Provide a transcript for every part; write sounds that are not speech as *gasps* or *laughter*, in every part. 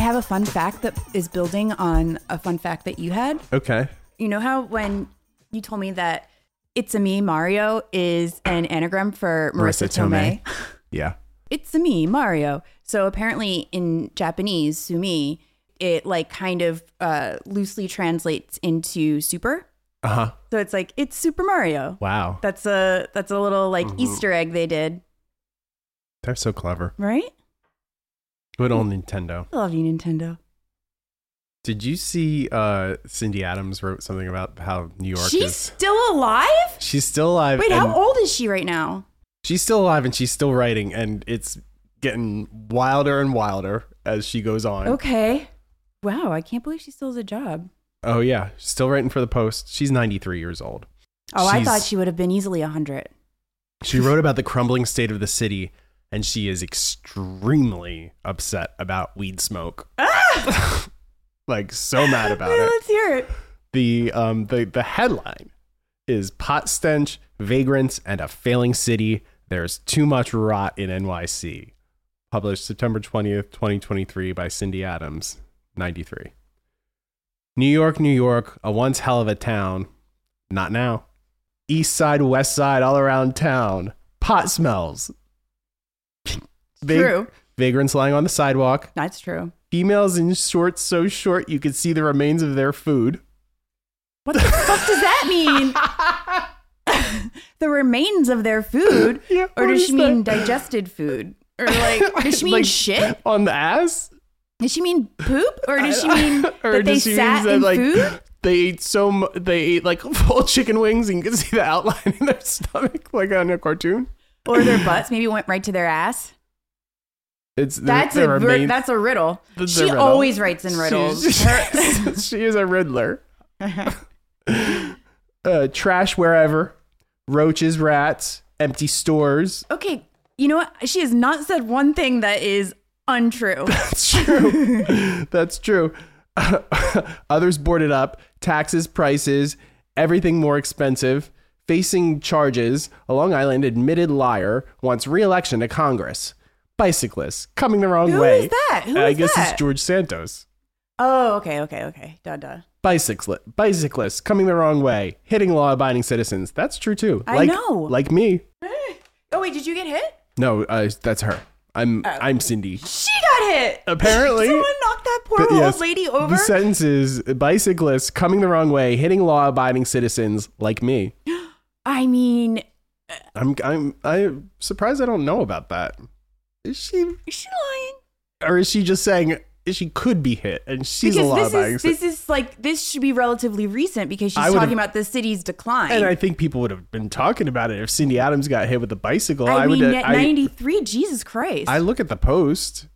have a fun fact that is building on a fun fact that you had. Okay. You know how when you told me that It's a Me Mario is an anagram for Marissa, Tomei? *laughs* Yeah. It's a Me Mario. So apparently in Japanese, Sumi, it like kind of uh, loosely translates into super. Uh huh. So it's like it's Super Mario. Wow. That's a that's a little like Easter egg they did, They're so clever. right? Good old Nintendo. I love you, Nintendo. Did you see uh, Cindy Adams wrote something about how New York She's is? still alive? She's still alive. Wait, and how old is she right now? She's still alive and she's still writing, and it's getting wilder and wilder as she goes on. Okay. Wow, I can't believe she still has a job. Oh yeah, still writing for the Post. She's 93 years old. Oh, I She's- thought she would have been easily 100. She wrote about the crumbling state of the city, and she is extremely upset about weed smoke. Ah! *laughs* like so mad *laughs* about Yeah, it. Let's hear it. The um the the headline is pot stench, vagrants, and a failing city. There's too much rot in NYC. Published September 20th, 2023 by Cindy Adams, 93. New York, New York, a once hell of a town. Not now. East side, west side, all around town. Pot smells. Vag- True. Vagrants lying on the sidewalk. That's true. Females in shorts so short you could see the remains of their food. What the fuck does that *laughs* mean? *laughs* the remains of their food? *laughs* Yeah, or what does is she mean that? digested *laughs* food? Or like, does she mean Like, shit? *laughs* on the ass? Does she mean poop? Or does she mean *laughs* Or that they does she mean sat that, in like, *laughs* food? They ate so mu- they ate like *laughs* full chicken wings and you can see the outline in their *laughs* stomach like on a cartoon. Or their butts maybe went right to their ass? It's That's their, a, ver- remains- that's a riddle. the- the she riddle. always writes in riddles. *laughs* She's- *laughs* she is a riddler. Uh, trash wherever, roaches, rats, empty stores. Okay, you know what? She has not said one thing that is *laughs* untrue. *laughs* That's true. That's true. *laughs* Others boarded up, taxes, prices, everything more expensive, facing charges. A Long Island admitted liar wants re-election to Congress. Bicyclists coming the wrong Who way. is that? Who I is guess that? it's George Santos. oh, okay, okay, okay. Duh, duh. Bicyclists, bicyclists coming the wrong way, hitting law-abiding citizens. That's true too. I like, know. Like me. Oh wait, did you get hit? No, uh, that's her. I'm Uh, I'm Cindy. She got hit. *laughs* Apparently. someone knocked that poor But old yes, lady over. The sentence is bicyclists coming the wrong way, hitting law abiding citizens like me. I mean, I'm I'm I'm surprised I don't know about that. Is she is she lying? or is she just saying she could be hit and she's a law because abiding this is citizen? this is like this should be relatively recent because she's I would've- talking about the city's decline. And I think people would have been talking about it if Cindy Adams got hit with a bicycle. I, I mean, would at I, 93, Jesus Christ. I I, look at the post.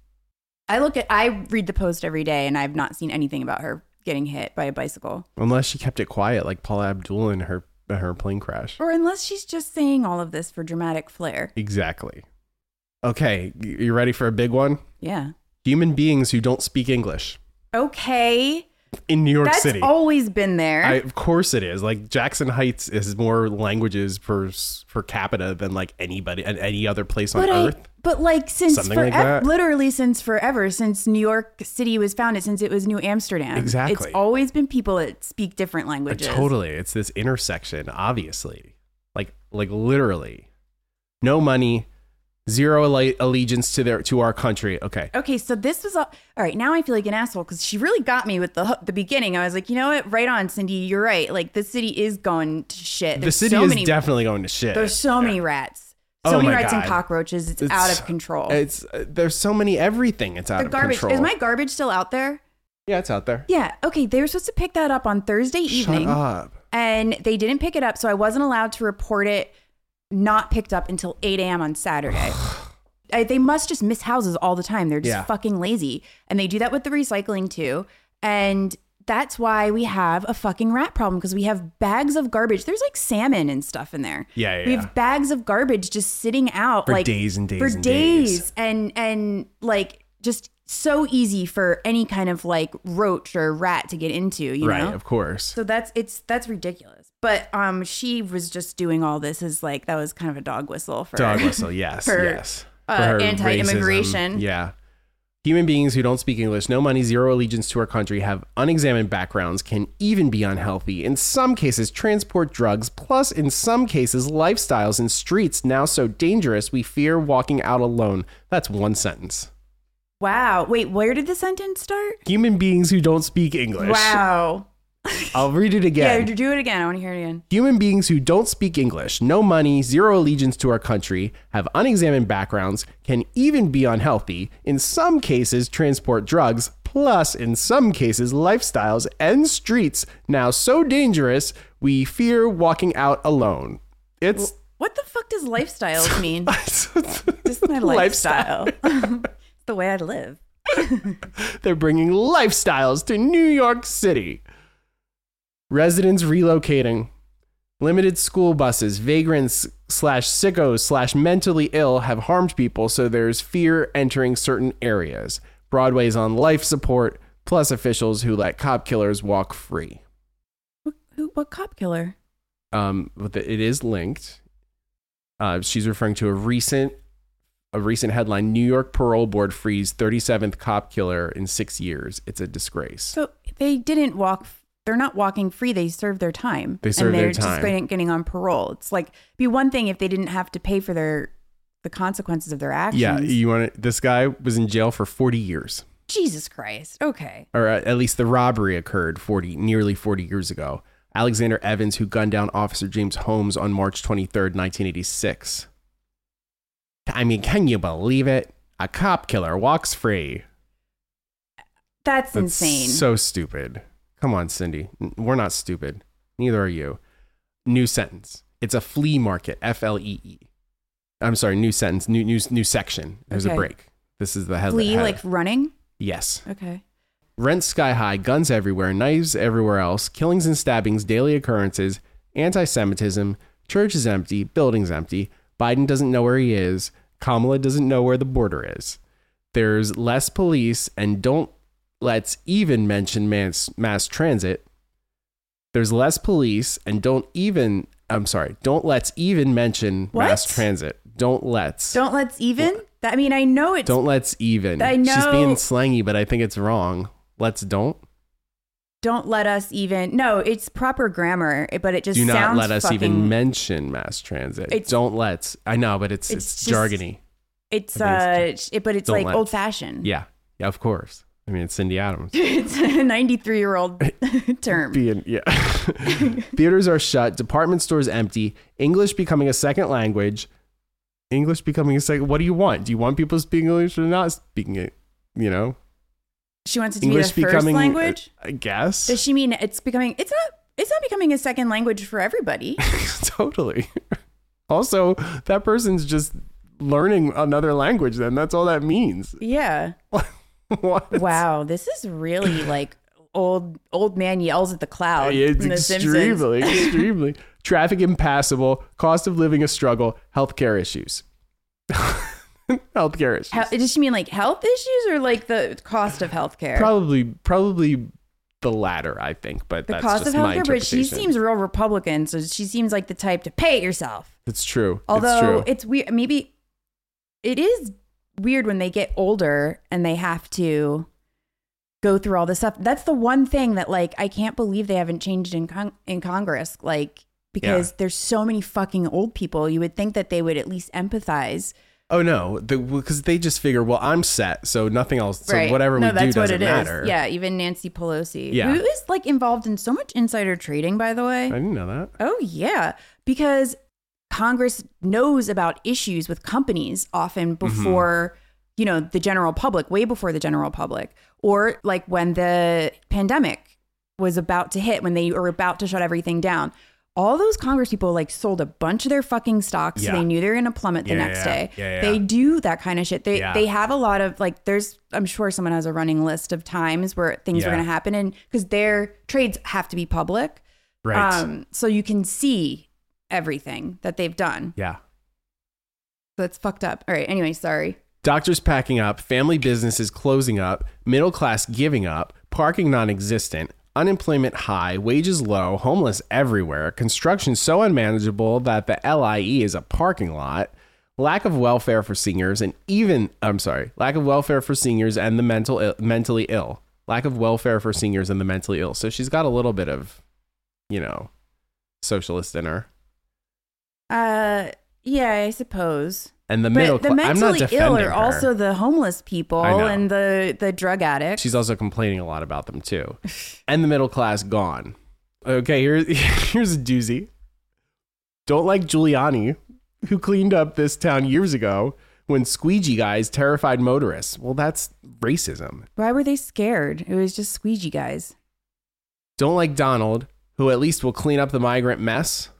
look at, I read the post every day and I've not seen anything about her getting hit by a bicycle. Unless she kept it quiet like Paula Abdul in her her plane crash. Or unless she's just saying all of this for dramatic flair. Exactly. Okay, you you ready for a big one? Yeah. Human beings who don't speak English Okay. in New York That's City. always been there. I, of course it is. Like Jackson Heights is more languages per s- per capita than like anybody and any other place on but I, earth. but like since Something forever, like that. literally since forever, since New York City was founded, since it was New Amsterdam, Exactly. It's always been people that speak different Uh, languages. totally, it's this intersection. Obviously, like like literally, no money, zero alle- allegiance to their to our country. Okay, Okay, so this was all, all right. Now I feel like an asshole because she really got me with the hook- the beginning. I was like, you know what? Right on, Cindy. You're right. Like the city is going to shit. the There's city so is many, definitely going to shit. There's so many rats. So Oh many my rats and God. cockroaches. It's, It's- out of control. it's uh, there's so many everything. It's out the of garbage. control. Is my garbage still out there? yeah, it's out there. Yeah. Okay. They were supposed to pick that up on Thursday evening. Shut up. and they didn't pick it up, so I wasn't allowed to report it not picked up until 8 a.m. on Saturday. *sighs* I, they must just miss houses all the time. They're just Yeah. fucking lazy. And they do that with the recycling too. And that's why we have a fucking rat problem because we have bags of garbage. There's like salmon and stuff in there. Yeah, yeah, We yeah. have bags of garbage just sitting out For like days and days for and days. days. and and like just so easy for any kind of like roach or rat to get into. You right, know, of course. so that's it's that's ridiculous. But um she was just doing all this as like that was kind of a dog whistle for dog whistle yes for, yes uh, her anti-immigration. racism, yeah Human beings who don't speak English, no money, zero allegiance to our country, have unexamined backgrounds, can even be unhealthy, in some cases, transport drugs, plus, in some cases, lifestyles and streets now so dangerous we fear walking out alone. That's one sentence. *laughs* Wow. Wait, where did the sentence start? Human beings who don't speak English. Wow. I'll read it Yeah, again. do it again. I want to hear it again. Human beings who don't speak English, no money, zero allegiance to our country, have unexamined backgrounds, can even be unhealthy, in some cases, transport drugs, plus, in some cases, lifestyles and streets now so dangerous we fear walking out alone. It's. *laughs* What the fuck does lifestyles mean? Just *laughs* Just my lifestyle. the way I live. They're bringing lifestyles to New York City. Residents relocating, limited school buses, vagrants slash sickos slash mentally ill have harmed people, so there's fear entering certain areas. Broadway's on life support, plus officials who let cop killers walk free. Who, who, what cop killer? Um, but the- it is linked. Uh, she's referring to a recent, a recent headline: New York parole board frees 37th cop killer in six years. It's a disgrace. So they didn't walk. They're not walking free. They served their time. They served and their they're time. just getting, getting on parole. It's like be one thing if they didn't have to pay for their the consequences of their actions. Yeah, you want to, this guy was in jail for 40 years, Jesus Christ. Okay. or uh, at least the robbery occurred 40, nearly 40 years ago. Alexander Evans, who gunned down Officer James Holmes on March 23rd, 1986. I mean, can you believe it? A cop killer walks free. That's, That's insane. So stupid. Come on, Cindy. N- We're not stupid. Neither are you. New sentence. It's a flea market. F L E E. I'm sorry. New sentence. New new new section. There's a Okay. break. This is the headline. Flea like running. yes. Okay. Rent sky high, guns everywhere, knives everywhere else, killings and stabbings, daily occurrences, anti Semitism, church is empty, buildings empty, Biden doesn't know where he is, Kamala doesn't know where the border is. There's less police, and don't let's even mention mass, mass transit. There's less police, and don't even, I'm sorry, don't let's even mention mass What? transit. Don't let's. Don't let's even. That, I mean, I know it's Don't let's even. I She's know- being slangy, but I think it's wrong. Let's don't. don't let us even. No, it's proper grammar, but it just do not sounds let us fucking, even mention mass transit. It's- don't let's. I know, but it's it's, It's just- jargony. It's I uh, it, but it's Don't like let's. old fashioned. Yeah, yeah, of course. I mean, it's Cindy Adams. *laughs* it's a 93 year old *laughs* term. Being, yeah. *laughs* Theaters are shut. Department stores empty. English becoming a second language. English becoming a second. What do you want? Do you want people speaking English or not speaking it? You know, she wants it to English be the first becoming uh, language. I guess. *laughs* Does she mean it's becoming? It's not. It's not becoming a second language for *laughs* everybody. totally. *laughs* Also, that person's just learning another language. Then that's all that means. *laughs* yeah. what? Wow. This is really like old old man yells at the cloud. Yeah, from the It's Simpsons. extremely, *laughs* extremely. Traffic impassable, cost of living a struggle, healthcare issues. *laughs* healthcare issues. How, does she mean like health issues or like the cost of healthcare? probably, probably the latter, I think. But the that's cost just of my healthcare, but she interpretation. seems real Republican, so she seems like the type to pay it yourself. It's true. it's Although true. it's, weird, maybe it is weird when they get older and they have to go through all this stuff. That's the one thing that, like, I can't believe they haven't changed in con- in Congress, like, because there's so many fucking old people. You would think that they would at least empathize. oh no, because they just figure, well, I'm set, so nothing else. So whatever no, we that's do what doesn't it is. matter. Yeah, even Nancy Pelosi, Yeah. who is like involved in so much insider trading, by the way. I didn't know that. Oh, yeah. Because Congress knows about issues with companies often Mm-hmm. before, you know, the general public, way before the general public, or like when the pandemic was about to hit, when they were about to shut everything down. All those Congress people like sold a bunch of their fucking stocks. Yeah. So they knew they were going to plummet the Yeah, next yeah, day. yeah, yeah. They do that kind of shit. They Yeah. they have a lot of like there's I'm sure someone has a running list of times where things are Yeah. going to happen and cuz their trades have to be public. Right. Um, so you can see everything that they've done. yeah. So that's fucked up. All right. Anyway, sorry. Doctors packing up, family businesses closing up, middle class giving up, parking non existent, unemployment high, wages low, homeless everywhere, construction so unmanageable that the LIE is a E parking lot, lack of welfare for seniors and even I'm sorry, lack of welfare for seniors and the mental Ill, mentally ill. Lack of welfare for seniors and the mentally ill. So she's got a little bit of, you know, socialist in her. Uh, yeah, I suppose. And the middle But the cla- I'm not mentally ill defending are her. also the homeless people I know. and the the drug addicts. She's also complaining a lot about them too. And the middle class gone. Okay, here, *laughs* here's a doozy. Don't like Giuliani, who cleaned up this town years ago when squeegee guys terrified motorists. Well, that's racism. Why were they scared? It was just squeegee guys. Don't like Donald, who at least will clean up the migrant mess.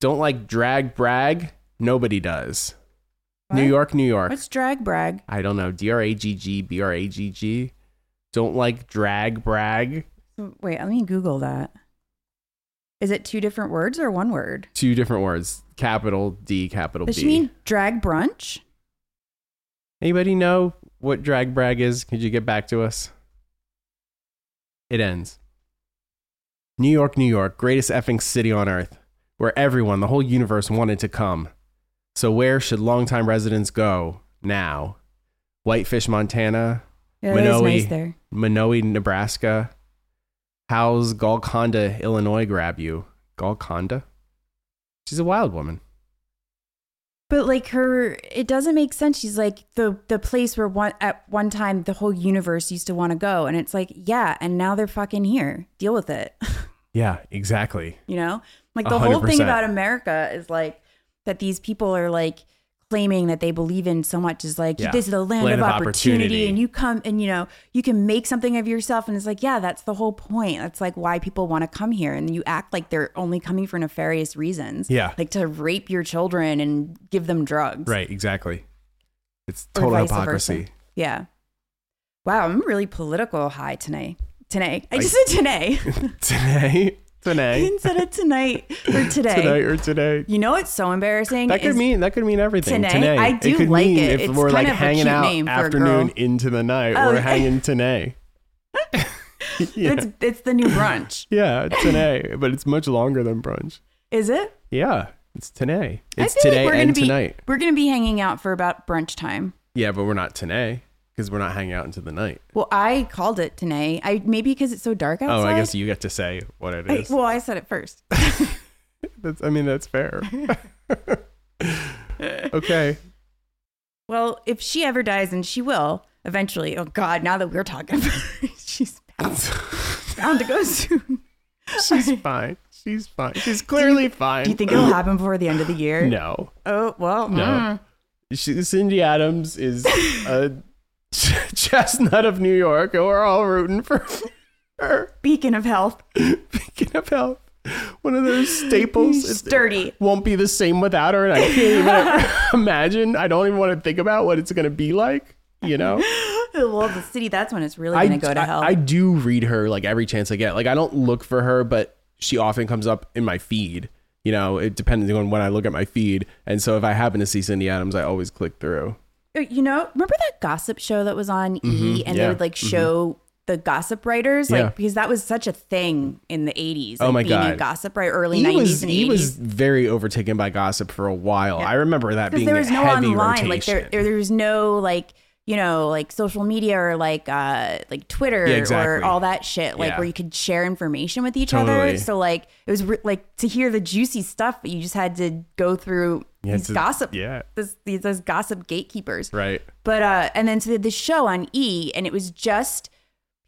Don't like drag brag. Nobody does. New What? York, New York. What's drag brag? I don't know. D R A G G B R A G G. Don't like drag brag. Wait, let me Google that. Is it two different words or one word? two different words capital d capital Does b she mean drag brunch? anybody know what drag brag is could you get back to us it ends new york new york greatest effing city on earth where everyone the whole universe wanted to come so where should longtime residents go now whitefish montana Yeah, it is Minoe. nice there. minoe nebraska how's golconda illinois grab you golconda she's a wild woman But like her, it doesn't make sense. She's like the the place where one at one time the whole universe used to want to go, and it's like yeah, and now they're fucking here. Deal with it. *laughs* yeah exactly You know, like the whole thing 100%. about America is like that these people are like claiming that they believe in so much is like Yeah. this is the land, Land of, of opportunity, opportunity. and you come and you know you can make something of yourself and it's like yeah that's the whole point that's like why people want to come here and you act like they're only coming for nefarious reasons Yeah. like to rape your children and give them drugs Right, exactly. It's or total vice versa. hypocrisy. *laughs* yeah wow I'm really political high tonight tonight I I- just said today *laughs* today, today, instead of tonight or *laughs* today tonight or today. You know what's so embarrassing? That could is- mean that could mean everything. Today? Today, I do could like mean it. If It's we're kind like of a hanging cute out name for a afternoon girl. into the night, Oh. *laughs* we're hanging today. yeah. it's it's the new brunch. yeah, today, but it's much longer than brunch. Is it? Yeah, it's today. I *laughs* It's feel like today we're and gonna be, tonight. We're gonna be hanging out for about brunch time. Yeah, but we're not today because we're not hanging out into the night. Well, I called it tonight. I maybe because it's so dark outside. Oh, I guess you get to say what it I, is. well, I said it first. that's, I mean, *laughs* that's fair. *laughs* okay. Well, if she ever dies, and she will eventually. Oh God! Now that we're talking, about her, *laughs* she's bound to go soon. She's *laughs* fine. She's fine. She's clearly fine. Do you *laughs* think it'll happen before the end of the year? No. Oh well. No. No. She, Cindy Adams is a *laughs* ch- chestnut of New York, and we're all rooting for *laughs* her. Beacon of health. Speaking of health, one of those staples. *laughs* It's- Sturdy. won't be the same without her, and I can't *laughs* even imagine. I don't even want to think about what it's going to be like. You know, well, the city. That's when it's really I, gonna go to I- hell. I do read her like every chance I get. Like I don't look for her, but she often comes up in my feed. You know, it depending on when I look at my feed. And so if I happen to see Cindy Adams, I always click through. Uh, you know, remember that gossip show that was on E and Mm-hmm. yeah. they would like show the gossip writers? Like Yeah. because that was such a thing in the eighties. Oh Like my being a God. gossip writer early He was nineties and he was eighties. very overtaken by gossip for a while. I remember that Because being there was a no heavy online. rotation. Like there, there there was no like you know, like social media or like uh like Twitter Yeah, exactly. or all that shit, like Yeah. where you could share information with each Totally. other. So like it was re- like to hear the juicy stuff, you just had to go through You had these to- gossip, yeah. this, these those gossip gatekeepers, right. But uh, and then so they had the show on E, and it was just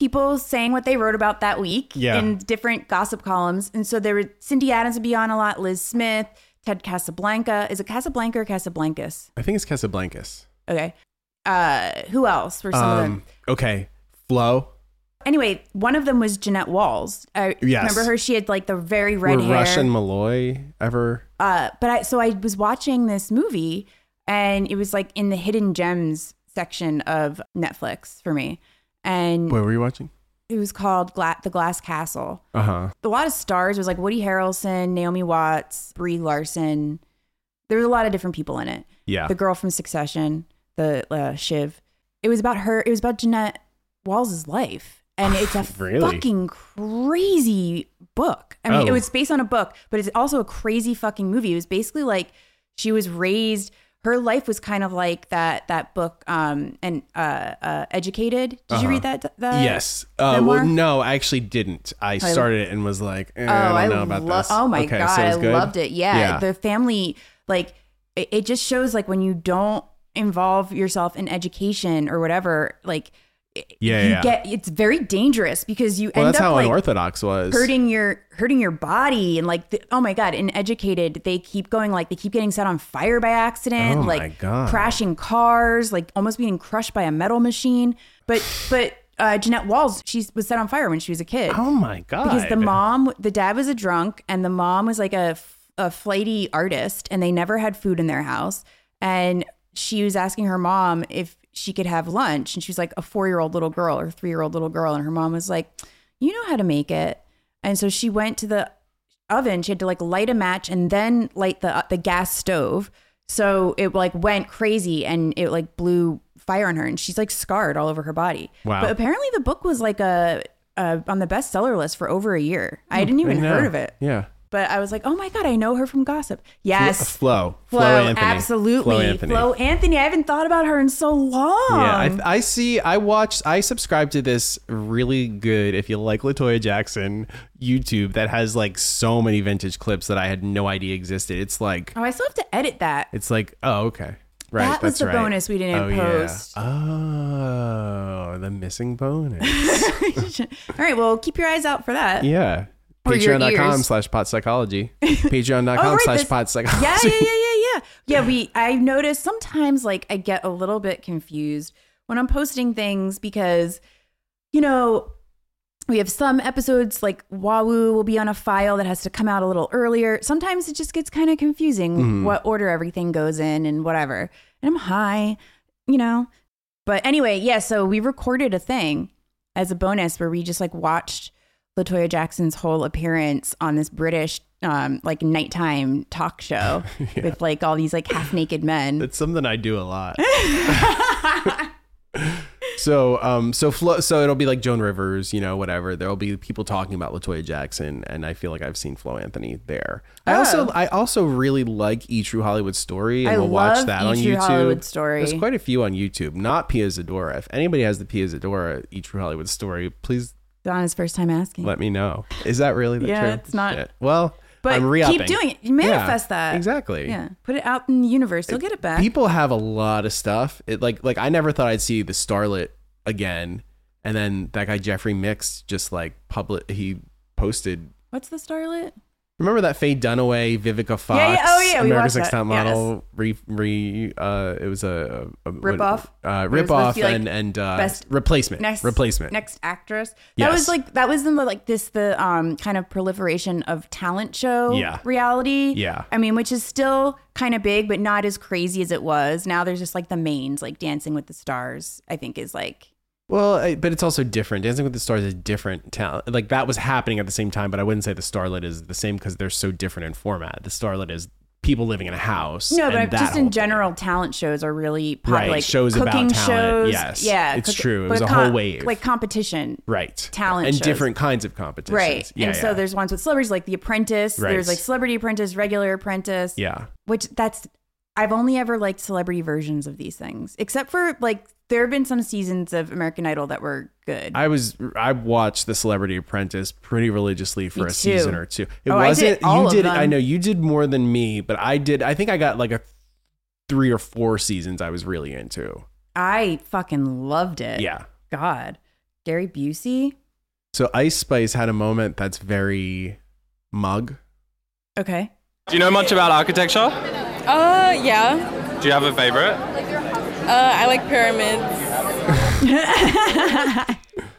people saying what they wrote about that week Yeah. in different gossip columns. And so there were Cindy Adams would be on a lot, Liz Smith, Ted Casablanca. Is it Casablanca or Casablancas? I think it's Casablancas. Okay. Uh, who else were some of them? Um, okay. Flo. Anyway, one of them was Jeanette Walls. I Yes. remember her. She had like the very red Were hair. Russian Malloy ever uh, but I so I was watching this movie and it was like in the hidden gems section of Netflix for me. And Wait, were you watching? it was called Gla- The Glass Castle. Uh-huh. A lot of stars. It was like Woody Harrelson, Naomi Watts, Brie Larson. There was a lot of different people in it. Yeah. The girl from Succession, the uh, Shiv. It was about her. It was about Jeanette Walls' life, and it's a *laughs* Really? fucking crazy book. I mean, it Oh. was based on a book, but it's also a crazy fucking movie. It was basically like she was raised. her life was kind of like that that book um and uh, uh educated did you read that, that Uh-huh. Yes. Uh, well, memoir? no, I actually didn't. I started it and was like, eh, I don't know about Oh, lo- this. Oh my Okay, god, so it's I good? loved it. Yeah, Yeah. the family like it, it just shows like when you don't involve yourself in education or whatever, like it- Yeah, you yeah. get it's very dangerous because you Well, end that's up how like unorthodox was. hurting your hurting your body and like the, oh my god and educated they keep going like they keep getting set on fire by accident Oh like my God. crashing cars like almost being crushed by a metal machine but but uh, Jeanette Walls she was set on fire when she was a kid Oh my god! because the mom the dad was a drunk and the mom was like a, f- a flighty artist and they never had food in their house and she was asking her mom if she could have lunch and she was like a four-year-old little girl or three-year-old little girl and her mom was like you know how to make it and so she went to the oven she had to like light a match and then light the the gas stove so it like went crazy and it like blew fire on her and she's like scarred all over her body Wow. but apparently the book was like a uh, on the bestseller list for over a year. I didn't even I know. heard of it, Yeah. but I was like, oh my god, I know her from Gossip. Flo, Yes, Flo, Flo, Anthony. absolutely, Flo Anthony. Anthony. I haven't thought about her in so long. Yeah, I, I see. I watched. I subscribe to this really good, if you like Latoya Jackson, YouTube that has like so many vintage clips that I had no idea existed. It's like, oh, I still have to edit that. it's like, oh, okay, right. that was that's the right. bonus we didn't Oh yeah. post. Oh, the *laughs* missing bonus. All right, well, keep your eyes out for that. yeah. Or your Patreon.com ears. slash pot *laughs* psychology. Patreon.com Oh, right, slash this- pot *laughs* psychology. yeah, yeah, *laughs* yeah, yeah, yeah. Yeah, we I've noticed sometimes like I get a little bit confused when I'm posting things because you know, we have some episodes like Wawu will be on a file that has to come out a little earlier. Sometimes it just gets kind of confusing what order everything goes in and whatever. And I'm high, you know. But anyway, yeah, so we recorded a thing as a bonus where we just like watched Latoya Jackson's whole appearance on this British um like nighttime talk *laughs* show with like all these like half naked men. That's something I do *laughs* a lot. so, um, so Flo, so it'll be like Joan Rivers, you know, whatever. There'll be people talking about Latoya Jackson, and I feel like I've seen Flo Anthony there. I also, I also really like E True Hollywood Story, and Oh. I we'll watch love that E! on True YouTube. Hollywood Story. There's quite a few on YouTube. Not Pia Zadora. If anybody has the Pia Zadora E True Hollywood Story, please Donna's first time asking. let me know. Is that really the Yeah, true? it's not- Shit. Well, but I'm re-upping. keep doing it. You Yeah, Manifest that. exactly. Yeah. Put it out in the universe. You'll get it back. people have a lot of stuff. It like like I never thought I'd see the starlet again, and then that guy Jeffrey Mix just like public he posted. What's the starlet? Remember that Faye Dunaway, Vivica Fox, yeah. Oh, yeah, we America's watched Next that. Top Model, re re uh, it was a, a a- what- Ripoff? uh, was rip supposed off, to be, like, and and uh, best- replacement, Next replacement. Next actress. That Yes. was like that was in the like this the um kind of proliferation of talent show Yeah. reality. Yeah. I mean, which is still kind of big, but not as crazy as it was. Now there's just like the mains, like Dancing with the Stars. I think is like Well, I, but it's also different. Dancing with the Stars is different talent. Like that was happening at the same time, but I wouldn't say the Starlet is the same because they're so different in format. The Starlet is people living in a house. no, and but that just whole in thing. general, talent shows are really popular. Right, Like shows about cooking talent. shows. Yes, yeah, it's cook- true. It but was a com- whole wave. like competition. right talent and shows. different kinds of competitions. Right. Yeah. and yeah. so there's ones with celebrities like The Apprentice. Right. There's like Celebrity Apprentice, Regular Apprentice. yeah. Which that's I've only ever liked celebrity versions of these things. Except for like there have been some seasons of American Idol that were good. I was I watched The Celebrity Apprentice pretty religiously for Me a too. season or two. It Oh, I did wasn't all you of did them. I know you did more than me, but I did I think I got like a three or four seasons I was really into. I fucking loved it. Yeah. God. Gary Busey. So Ice Spice had a moment that's very mug. Okay. Do you know much about architecture? Uh, yeah. Do you have a favorite? Uh, I like *laughs* pyramids.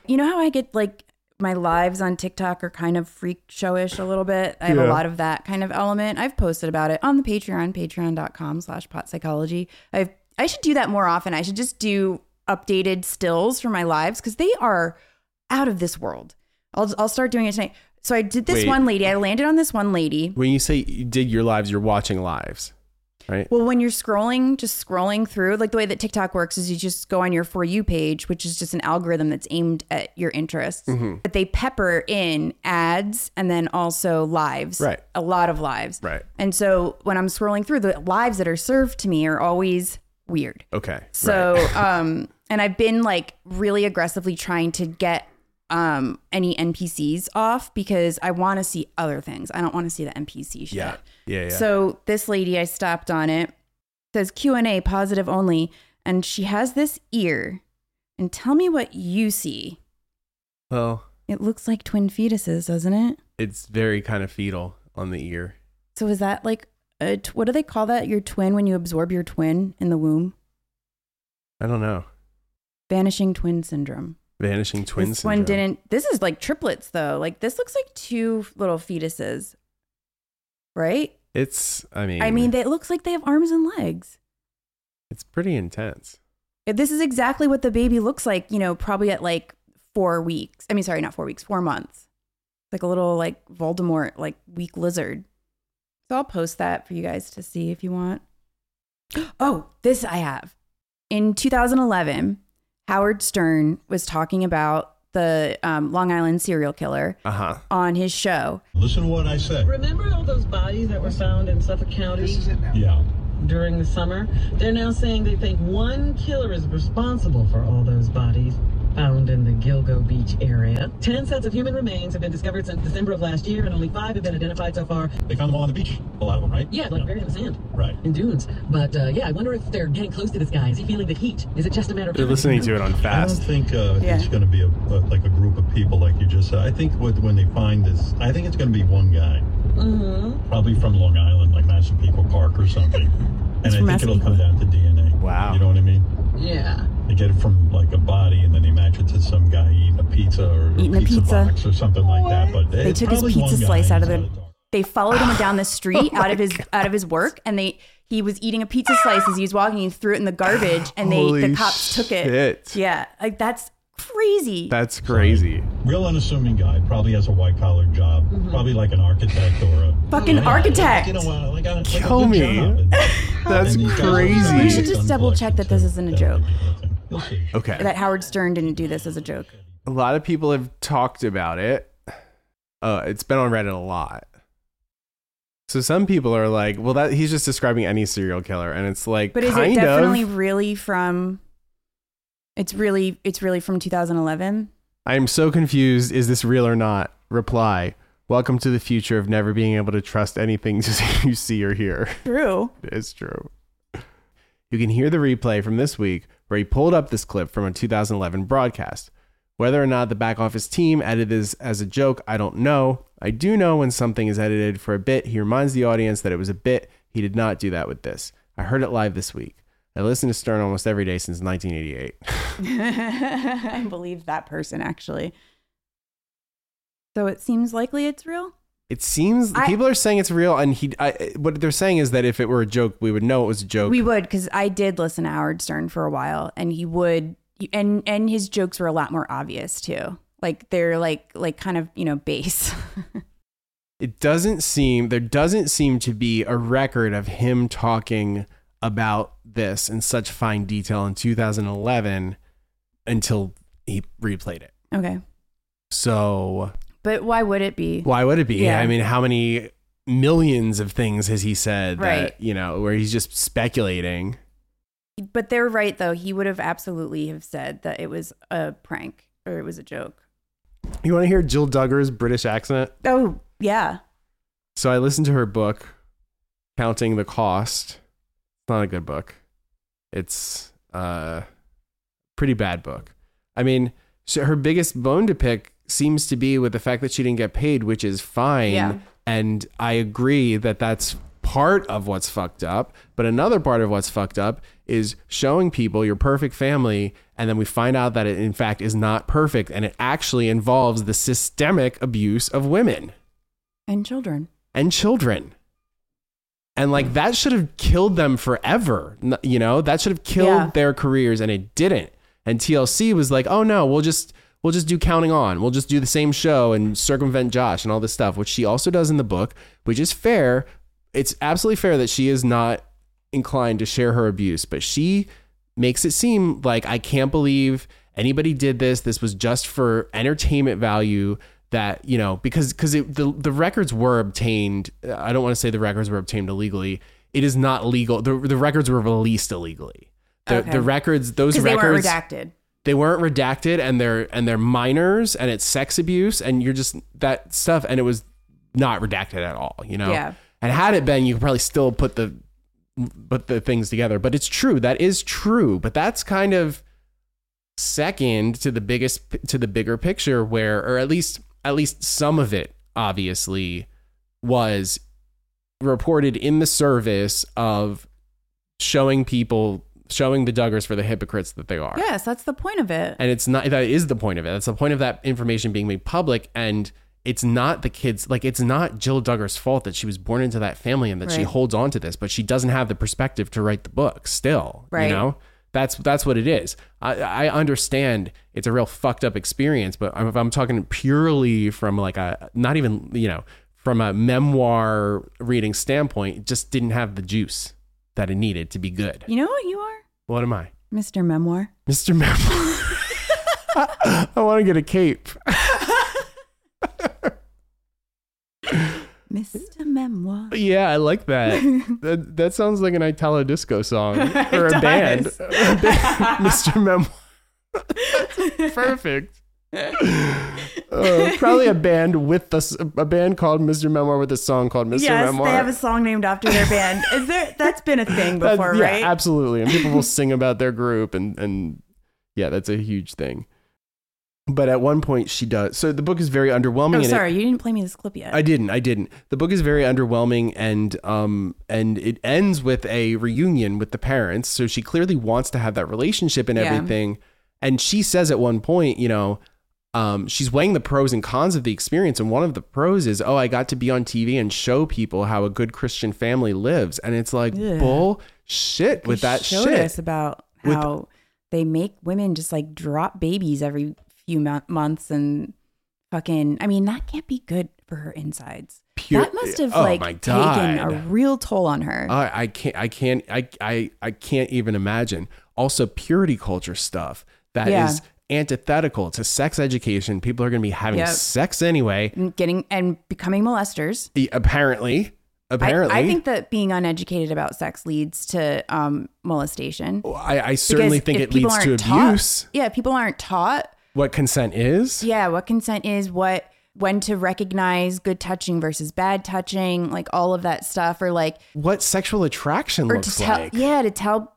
You know how I get like my lives on TikTok are kind of freak showish a little bit. I have a Yeah. lot of that kind of element. I've posted about it on the Patreon, patreon.com slash pot psychology. I've I should do that more often. I should just do updated stills for my lives because they are out of this world. I'll I'll start doing it tonight. So I did this Wait. one lady. I landed on this one lady. When you say you did your lives, you're watching lives. right? Well, when you're scrolling, just scrolling through, like the way that TikTok works is you just go on your For You page, which is just an algorithm that's aimed at your interests, Mm-hmm. but they pepper in ads and then also lives. Right. A lot of lives. Right. And so when I'm scrolling through, the lives that are served to me are always weird. Okay. So, *laughs* um, and I've been like really aggressively trying to get um any NPCs off because I want to see other things. I don't want to see the NPC shit. Yeah. Yeah. Yeah. So this lady I stopped on it says Q and A positive only, and she has this ear. And tell me what you see. well, It looks like twin fetuses, doesn't it? it's very kind of fetal on the ear. So is that like a t- what do they call that? Your twin when you absorb your twin in the womb, I don't know. vanishing twin syndrome. Vanishing twin this syndrome. one didn't. This is like triplets though. Like this looks like two little fetuses, right? It's. I mean. I mean, they- it looks like they have arms and legs. it's pretty intense. This is exactly what the baby looks like, you know, probably at like four weeks. I mean, sorry, not four weeks, four months. Like a little like Voldemort, like weak lizard. So I'll post that for you guys to see if you want. *gasps* Oh, this I have. In 2011, Howard Stern was talking about the um, Long Island serial killer Uh huh. on his show. Listen to what I say. Remember all those bodies that were found in Suffolk County Yeah. during the summer? They're now saying they think one killer is responsible for all those bodies found in the Gilgo Beach area. Ten sets of human remains have been discovered since December of last year, and only five have been identified so far. They found them all on the beach. A lot of them, right? Yeah, like buried in the sand. Right. In dunes. But uh, yeah, I wonder if they're getting close to this guy. Is he feeling the heat? Is it just a matter of They're listening to it on I don't fast. think uh, Yeah. it's going to be a, a, like a group of people like you just said. I think what, when they find this, I think it's going to be one guy, Mm-hmm. probably from Long Island, like Massapequa Park or something. *laughs* And It's I from think it'll Massapequa. come down to DNA. Wow. You know what I mean? Yeah. They get it from like a body, and then they match it to some guy eating a pizza or Eating a a pizza, pizza. box or something like that. But They took his pizza slice out of the. They followed him down *laughs* the street Oh out of his out of his work, and they he was eating a pizza slice as he was walking. He threw it in the garbage, and they the Holy cops took shit. it. Yeah, like that's crazy. That's crazy. Real unassuming guy, probably has a white collar job, probably like an architect or a Mm-hmm. Fucking Yeah, architect. you know what, like, I- like, Kill good me. job. And- That's and these guys are crazy. doing We should just some double check that this collections, isn't a too. joke. You'll see. Okay. that Howard Stern didn't do this as a joke. a lot of people have talked about it. Uh, it's been on Reddit a lot. So some people are like, "Well, that he's just describing any serial killer," and it's like, But is kind it definitely of. really from? It's really it's really from 2011. I am so confused. Is this real or not? Reply. Welcome to the future of never being able to trust anything *laughs* you see or hear. True. It's true. You can hear the replay from this week where he pulled up this clip from a 2011 broadcast. Whether or not the back office team edited this as a joke, I don't know. I do know when something is edited for a bit, he reminds the audience that it was a bit. He did not do that with this. I heard it live this week. I listened to Stern almost every day since 1988. I believe that person actually. So it seems likely it's real. It seems I- people are saying it's real, and he. I, what they're saying is that if it were a joke, we would know it was a joke. We would because I did listen to Howard Stern for a while, and he would, and and his jokes were a lot more obvious too. Like they're like like kind of you know base. *laughs* it doesn't seem there doesn't seem to be a record of him talking about this in such fine detail in 2011 until he replayed it. okay, So but why would it be? why would it be? Yeah. I mean, how many millions of things has he said Right. that you know where he's just speculating? But they're right though. He would have absolutely have said that it was a prank or it was a joke. You want to hear Jill Duggar's British accent? Oh yeah, So I listened to her book, Counting the Cost. It's not a good book. It's a pretty bad book. I mean, sh her biggest bone to pick seems to be with the fact that she didn't get paid, which is fine. Yeah. And I agree that that's part of what's fucked up. But another part of what's fucked up is showing people your perfect family. And then we find out that it, in fact, is not perfect. And it actually involves the systemic abuse of women and children. and children. And like that should have killed them forever. N- You know, that should have killed Yeah. their careers and it didn't. And TLC was like, "Oh no, we'll just we'll just do counting on. We'll just do the same show and circumvent Josh and all this stuff," which she also does in the book, which is fair. It's absolutely fair that she is not inclined to share her abuse, but she makes it seem like I can't believe anybody did this. This was just for entertainment value. That you know, because because it, the the records were obtained. I don't want to say the records were obtained illegally. It is not legal. The the records were released illegally. The, Okay. the records those because they records weren't redacted. they weren't redacted and they're and they're minors and it's sex abuse and you're just that stuff and it was not redacted at all you know Yeah. and had it been you could probably still put the put the things together but it's true that is true but that's kind of second to the biggest to the bigger picture where or at least at least some of it obviously was reported in the service of showing people showing the Duggars for the hypocrites that they are Yes, that's the point of it. and it's not that is the point of it that's the point of that information being made public and it's not the kids like it's not jill duggar's fault that she was born into that family and that she Right. holds on to this but she doesn't have the perspective to write the book still Right. you know that's that's what it is I, I understand it's a real fucked up experience but if i'm talking purely from like a not even you know from a memoir reading standpoint it just didn't have the juice that it needed to be good You know what you are, what am i Mister Memoir. Mr. *laughs* Memoir. I want to get a cape. Mr. Memoir. Yeah, I like that. *laughs* that, that sounds like an Italo disco *laughs* song or *laughs* a band. does. *laughs* Mr. Memoir. Perfect. *laughs* Uh, probably a band with the, s- a band called Mr. Memoir with a song called Mr. yes, Memoir. they have a song named after their band. Is there? That's been a *laughs* thing That- before, yeah, right? absolutely. And people *laughs* will sing about their group and and yeah, that's a huge thing. But at one point she does. So the book is very underwhelming. Oh, and it- sorry, you didn't play me this clip yet. I didn't. I didn't. The book is very underwhelming, and um, and it ends with a reunion with the parents. So she clearly wants to have that relationship and Yeah. everything. And she says at one point, you know, um, she's weighing the pros and cons of the experience, and one of the pros is, oh, I got to be on TV and show people how a good Christian family lives, and it's like Yeah. bull shit with They that showed shit. us about With- how they make women just like drop babies every few mo- months and fucking. I mean, that can't be good for her insides. Pure- that must have Oh like my taken a God. Uh, real toll on her. I, I can't I can't I, I I can't even imagine. Also purity culture stuff that is Yeah. antithetical to sex education. People are gonna be having Yep. sex anyway. and getting and becoming molesters. E- Apparently. I- Apparently. I, think that being uneducated about sex leads to um, molestation. I, I certainly Because think if it people leads to aren't taught- abuse. yeah, if people aren't taught. What consent is. Yeah, what consent is, what when to recognize good touching versus bad touching, like all of that stuff, or like What sexual attraction or to looks tell like. yeah to tell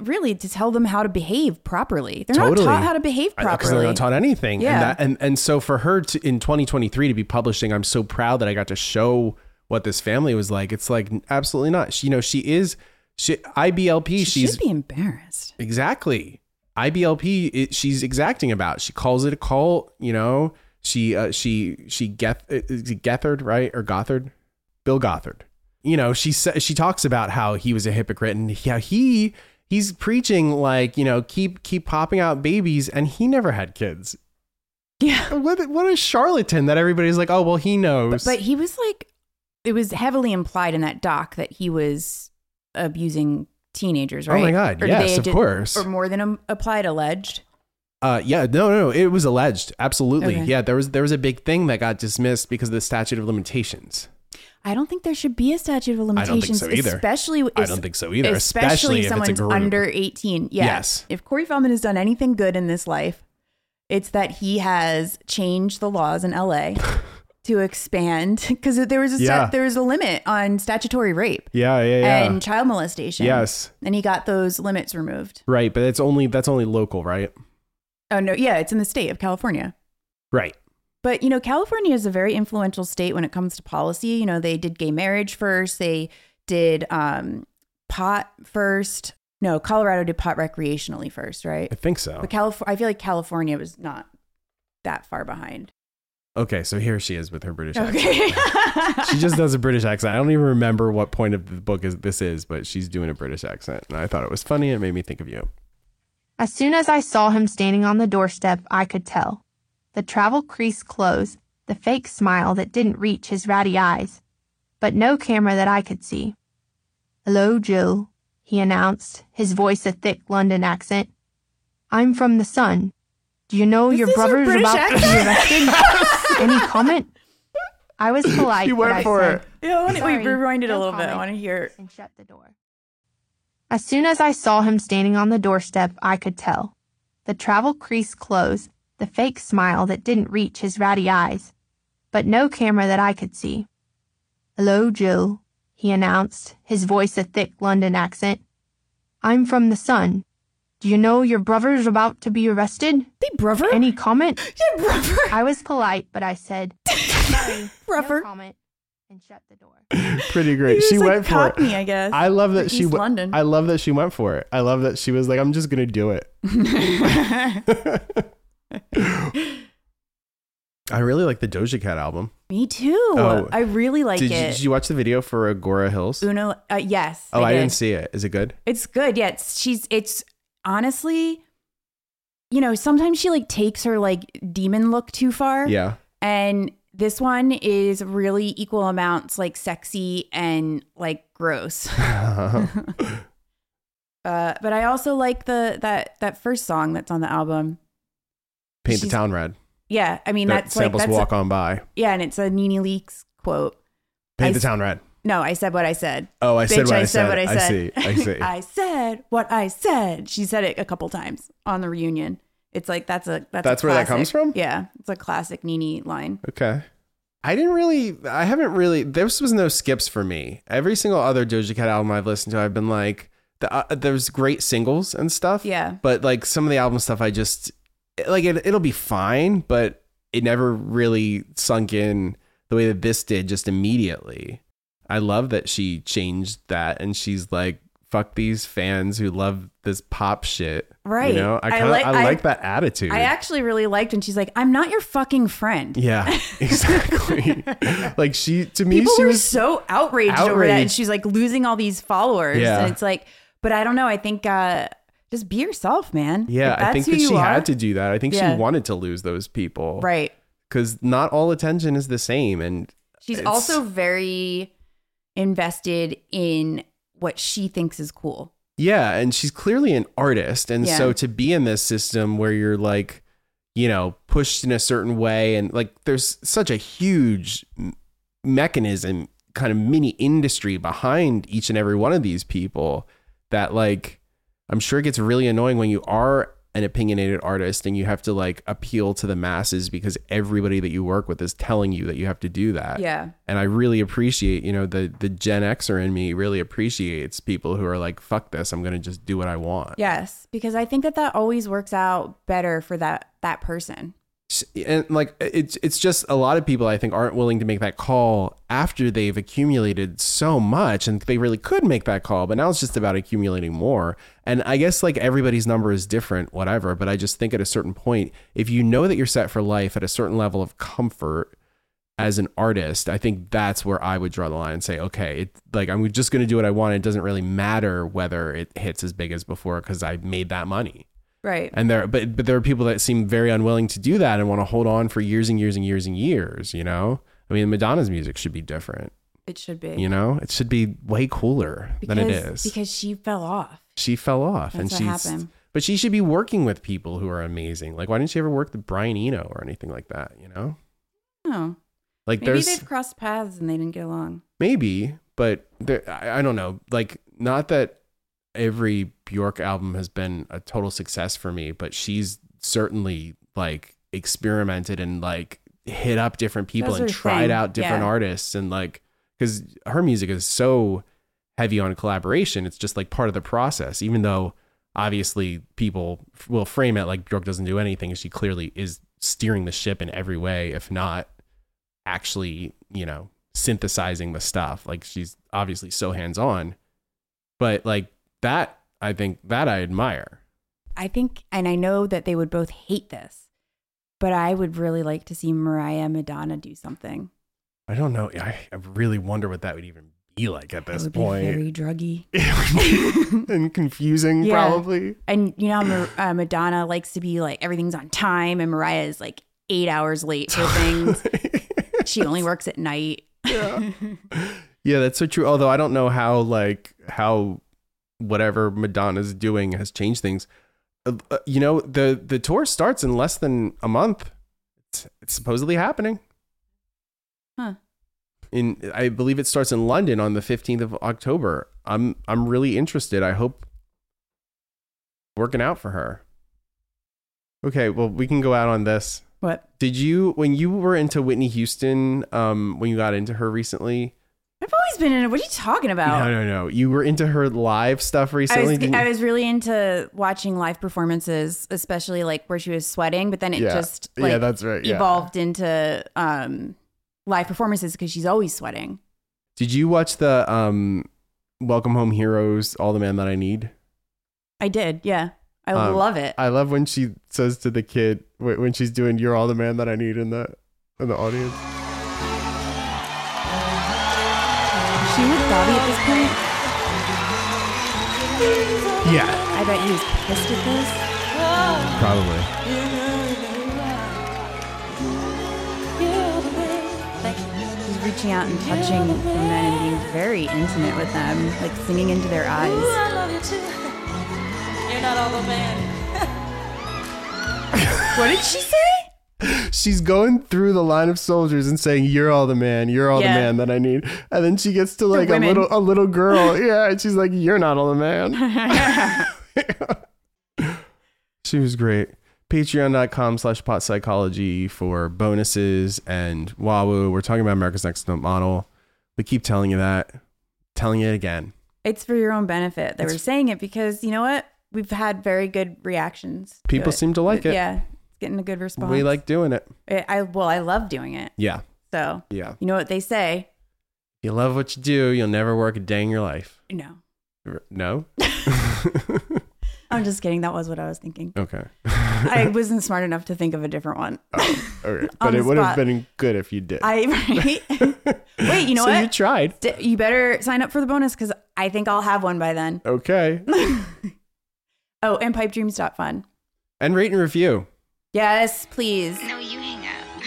really to tell them how to behave properly they're Totally. not taught how to behave because they're properly not taught anything. Yeah. And, that, and and so for her to, in 2023 to be publishing, I'm so proud that I got to show what this family was like. It's like absolutely not. She, you know, she is she IBLP. she she's should be embarrassed Exactly. IBLP it, she's exacting about. She calls it a cult, you know. She uh, she she Geth uh, is it Gethard, right? Or Gothard? Bill Gothard. You know, she sa- she talks about how he was a hypocrite and how he he's preaching like, you know, keep keep popping out babies and he never had kids. yeah *laughs* What what a charlatan that everybody's like, "Oh, well, he knows." but he was like it was heavily implied in that doc that he was abusing teenagers Oh right my God, Or yes, of did- course. or more than um, applied alleged Uh, yeah, no, no, it was alleged. Absolutely, Okay. yeah. There was there was a big thing that got dismissed because of the statute of limitations. I don't think there should be a statute of I don't think limitations, so either. especially if, I don't think so either, Especially, especially if it's a someone's group. under eighteen. Yeah. Yes. If Corey Feldman has done anything good in this life, it's that he has changed the laws in *laughs* LA to expand because there was a sta- Yeah. there was a limit on statutory rape Yeah, yeah, and child molestation. Yes. and he got those limits removed. Right, but it's only that's only local, right? Oh no, yeah, it's in the state of California. Right. But you know, California is a very influential state when it comes to policy. You know, they did gay marriage first. They did um, pot first. No, Colorado did pot recreationally first, right? I think so. But California, I feel like California was not that far behind. Okay, so here she is with her British accent. Okay. *laughs* *laughs* She just does a British accent. I don't even remember what point of the book is this is, but she's doing a British accent, and I thought it was funny. and It made me think of you. *laughs* As soon as I saw him standing on the doorstep, I could tell. The travel crease close, the fake smile that didn't reach his ratty eyes, but no camera that I could see. Hello, Jill, he announced, his voice a thick London accent. I'm from the Sun. Do you know your this your brother's British about to be arrested? *laughs* Any comment? I was polite. You but went I for said, it. Yeah, I wanna- Sorry, we rewind it a no little bit. I comment. want to hear. and shut the door. As soon as I saw him standing on the doorstep, I could tell. The travel crease close, the fake smile that didn't reach his ratty eyes, but no camera that I could see. Hello, Jill, he announced, his voice a thick London accent. I'm from the Sun. Do you know your brother's about to be arrested? They brother? Any comment? yeah, brother. *laughs* I was polite, but I said, *laughs* sorry, Brother. no comment, and shut the door. Pretty great. He she was, like, went for it. Cockney, I guess. *laughs* I love that Or she East went. London. I love that she went for it. I love that she was like, "I'm just gonna do *laughs* it." *gasps* I really like the Doja Cat album. Me too. Oh. I really like did, You, it. did you watch the video for Agora Hills? Uno, uh, yes. oh, I, did. didn't see it. Is it good? It's good. Yeah, it's, she's it's honestly, you know, sometimes she like takes her like demon look too far. Yeah. And this one is really equal amounts like sexy and like *laughs* gross. Uh, but I also like the that that first song that's on the album. Paint the She's- town red. Yeah, I mean That that's like samples that's walk on by. yeah, and it's a Nene Leaks quote. Paint I the s- town red. No, I said what I said. Oh, I Bitch, said what I, I said what I said. I see. I *laughs* see. I said what I said. She said it a couple times on the reunion. It's like that's a that's, a That's where that classic- comes from? Yeah, it's a classic Nene line. Okay. I didn't really, I haven't really, this was no skips for me. Every single other Doja Cat album I've listened to, I've been like, the, uh, there's great singles and stuff. Yeah. But like some of the album stuff, I just, like, it, it'll be fine, but it never really sunk in the way that this did just immediately. I love that she changed that and she's like, fuck these fans who love this pop shit. Right. You know, I, I kinda, like- I I- like that attitude. I actually really liked when she's like, "I'm not your fucking friend." *laughs* Yeah, exactly. *laughs* like she to me, People she were was so outraged, over that, and outraged. she's like losing all these followers. Yeah. And it's like, but I don't know. I think uh, just be yourself, man. yeah. If I that's think who that you she are, had to do that. I think Yeah. she wanted to lose those people, Right. Because not all attention is the same, and She's It's- also very invested in what she thinks is cool. yeah, and she's clearly an artist, and Yeah. so to be in this system where you're like, you know, pushed in a certain way, and like there's such a huge m- mechanism, kind of mini industry behind each and every one of these people that like I'm sure it gets really annoying when you are an opinionated artist and you have to like appeal to the masses because everybody that you work with is telling you that you have to do that. Yeah. And I really appreciate, you know, the the Gen Xer in me really appreciates people who are like, fuck this, I'm gonna just do what I want. Yes, because I think that that always works out better for that that person. and like it's it's just a lot of people I think aren't willing to make that call after they've accumulated so much and they really could make that call but now it's just about accumulating more and I guess like everybody's number is different whatever but I just think at a certain point if you know that you're set for life at a certain level of comfort as an artist I think that's where I would draw the line and say okay it, like I'm just going to do what I want it doesn't really matter whether it hits as big as before cuz I made that money Right. and there but but there are people that seem very unwilling to do that and want to hold on for years and years and years and years you know i mean madonna's music should be different It should be. you know it should be way cooler because, than it is Because she fell off. she fell off That's and what she's happened. but she should be working with people who are amazing like why didn't she ever work with brian eno or anything like that you know Oh. like Maybe there's they've crossed paths and they didn't get along. maybe but there I, I don't know like not that every bjork album has been a total success for me but she's certainly like experimented and like hit up different people That's and her tried thing, out different yeah. artists and like because her music is so heavy on collaboration it's just like part of the process even though obviously people f- will frame it like bjork doesn't do anything she clearly is steering the ship in every way if not actually, you know, synthesizing the stuff. Like she's obviously so hands on. But like that, I think that I admire. I think, and I know that they would both hate this, but I would really like to see Mariah and Madonna do something. I don't know. I, I really wonder what that would even be like at That this would point. be *laughs* very druggy. It would be- *laughs* and confusing, Yeah. probably. *laughs* And you know, Mar- uh, Madonna likes to be like everything's on time, and Mariah is like *laughs* eight hours late for things. she only works at night. Yeah, that's so true. Although I don't know how like how whatever Madonna's doing has changed things. Uh, uh, you know, the the tour starts in less than a month. It's, it's supposedly happening. Huh. In I believe it starts in London on the 15th of October. I'm I'm really interested. I hope working out for her. Okay, well, we can go out on this. What? Did you when you were into Whitney Houston, um when you got into her recently? I've always been in it. What are you talking about? No, no, no. You were into her live stuff I recently. was, didn't I you? was really into watching live performances, especially like where she was sweating, but then it Yeah. just Yeah, like that's right, yeah. evolved into um, live performances because she's always sweating. Did you watch the um, Welcome Home Heroes, All the Man That I Need? I did. Yeah. I Um, love it. I love when she says to the kid wh- when she's doing "You're all the man that I need" in the in the audience. she with Bobby at this point. Yeah, I bet he was pissed at this. probably. He's reaching out and touching the men and being very intimate with them, like singing into their eyes. You're not all the man. What did she say? She's going through the line of soldiers and saying, "You're all the man. You're all Yeah. the man that I need." And then she gets to like a women. little a little girl, *laughs* yeah, and she's like, "You're not all the *laughs* man." she was great. Patreon.com slash pot psychology for bonuses and Wawu. We're talking about America's Next Top Model. We keep telling you that, telling it again. *laughs* It's for your own benefit. They were saying it because you know what? We've had very good reactions. to People it. seem to like it. Yeah, it's getting a good response. We like doing it. Eh, I, I well, I love doing it. Yeah. So Yeah. you know what they say? You love what you do. You'll never work a day in your life. No, *laughs* No? *laughs* I'm just kidding. That was what I was thinking. okay. I wasn't smart enough to think of a different one. Okay, On but the it would have spot. been good if you did. *laughs* I *laughs* right? wait. You know *laughs* so what? you tried. D- you better sign up for the bonus because I think I'll have one by then. *laughs* Okay. Oh, and pipe dreams dot fun. And rate and review. Yes, please. No, you hang up.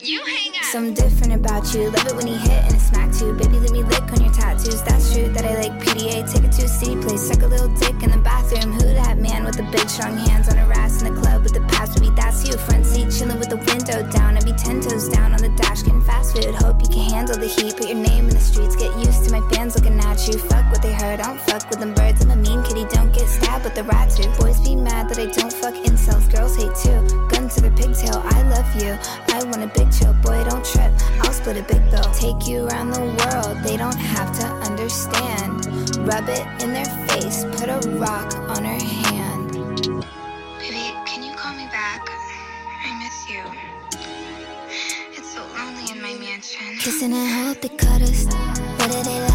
you hang up. Something different about you. Love it when he hit and it smack too. Baby, let me lick on your tattoos. That's true that I like PDA. Take it to a city place. Suck a little dick in the bathroom. Who that man with the big strong hands on her ass in the club with the past would be that's you. Front seat chilling with the window down. I'd be ten toes down on the dash getting fast food. Hope you can handle the heat. Put your name in the streets. Get used to my fans looking at you. Fuck what they heard. I don't fuck with them birds. I'm a mean kitty. Don't get stabbed with the rat too. Boys be mad that I don't fuck incels. Girls hate too. Gun to their pigtail. I love you. I want a big chill. Boy, don't trip. I'll split a big bill. Take you around the world. They don't have to understand. Rub it in their face. Put a rock on her hand. Baby, can you call me back? I miss you. It's so lonely in my mansion. Kissing and hold the cutters. What do they